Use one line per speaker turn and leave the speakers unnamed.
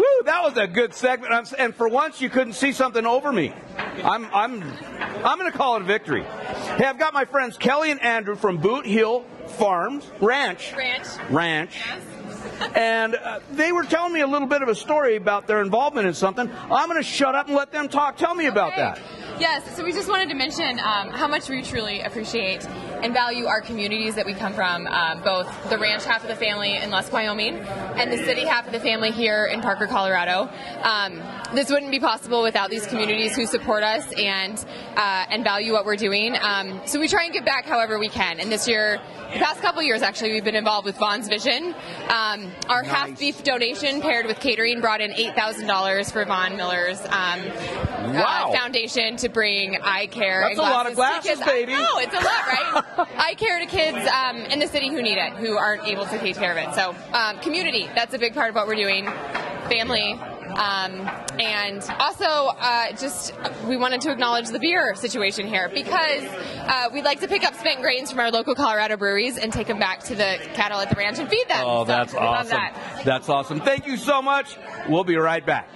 was a good segment. I'm, and for once, you couldn't see something over me. I'm, I'm, I'm going to call it a victory. Hey, I've got my friends Kelly and Andrew from Boot Hill Farms Ranch.
Ranch.
Ranch. And uh, they were telling me a little bit of a story about their involvement in something. I'm going to shut up and let them talk. Tell me about that.
Yes, so we just wanted to mention um, how much we truly appreciate and value our communities that we come from, um, both the ranch half of the family in Les Wyoming and the city half of the family here in Parker, Colorado. Um, this wouldn't be possible without these communities who support us and uh, and value what we're doing. Um, so we try and give back however we can. And this year, the past couple years actually, we've been involved with Vaughn's Vision. Um, our half beef donation paired with catering brought in eight thousand dollars for Vaughn Miller's um, uh,
Wow.
foundation to bring eye care.
That's
and
a lot of
to
glasses,
kids.
baby.
I know, it's a lot, right? eye care to kids um, in the city who need it, who aren't able to take care of it. So um, community, that's a big part of what we're doing. Family. Um, and also, uh, just uh, we wanted to acknowledge the beer situation here because uh, we'd like to pick up spent grains from our local Colorado breweries and take them back to the cattle at the ranch and feed them.
Oh,
So
that's
we love
awesome.
that.
That's awesome. Thank you so much. We'll be right back.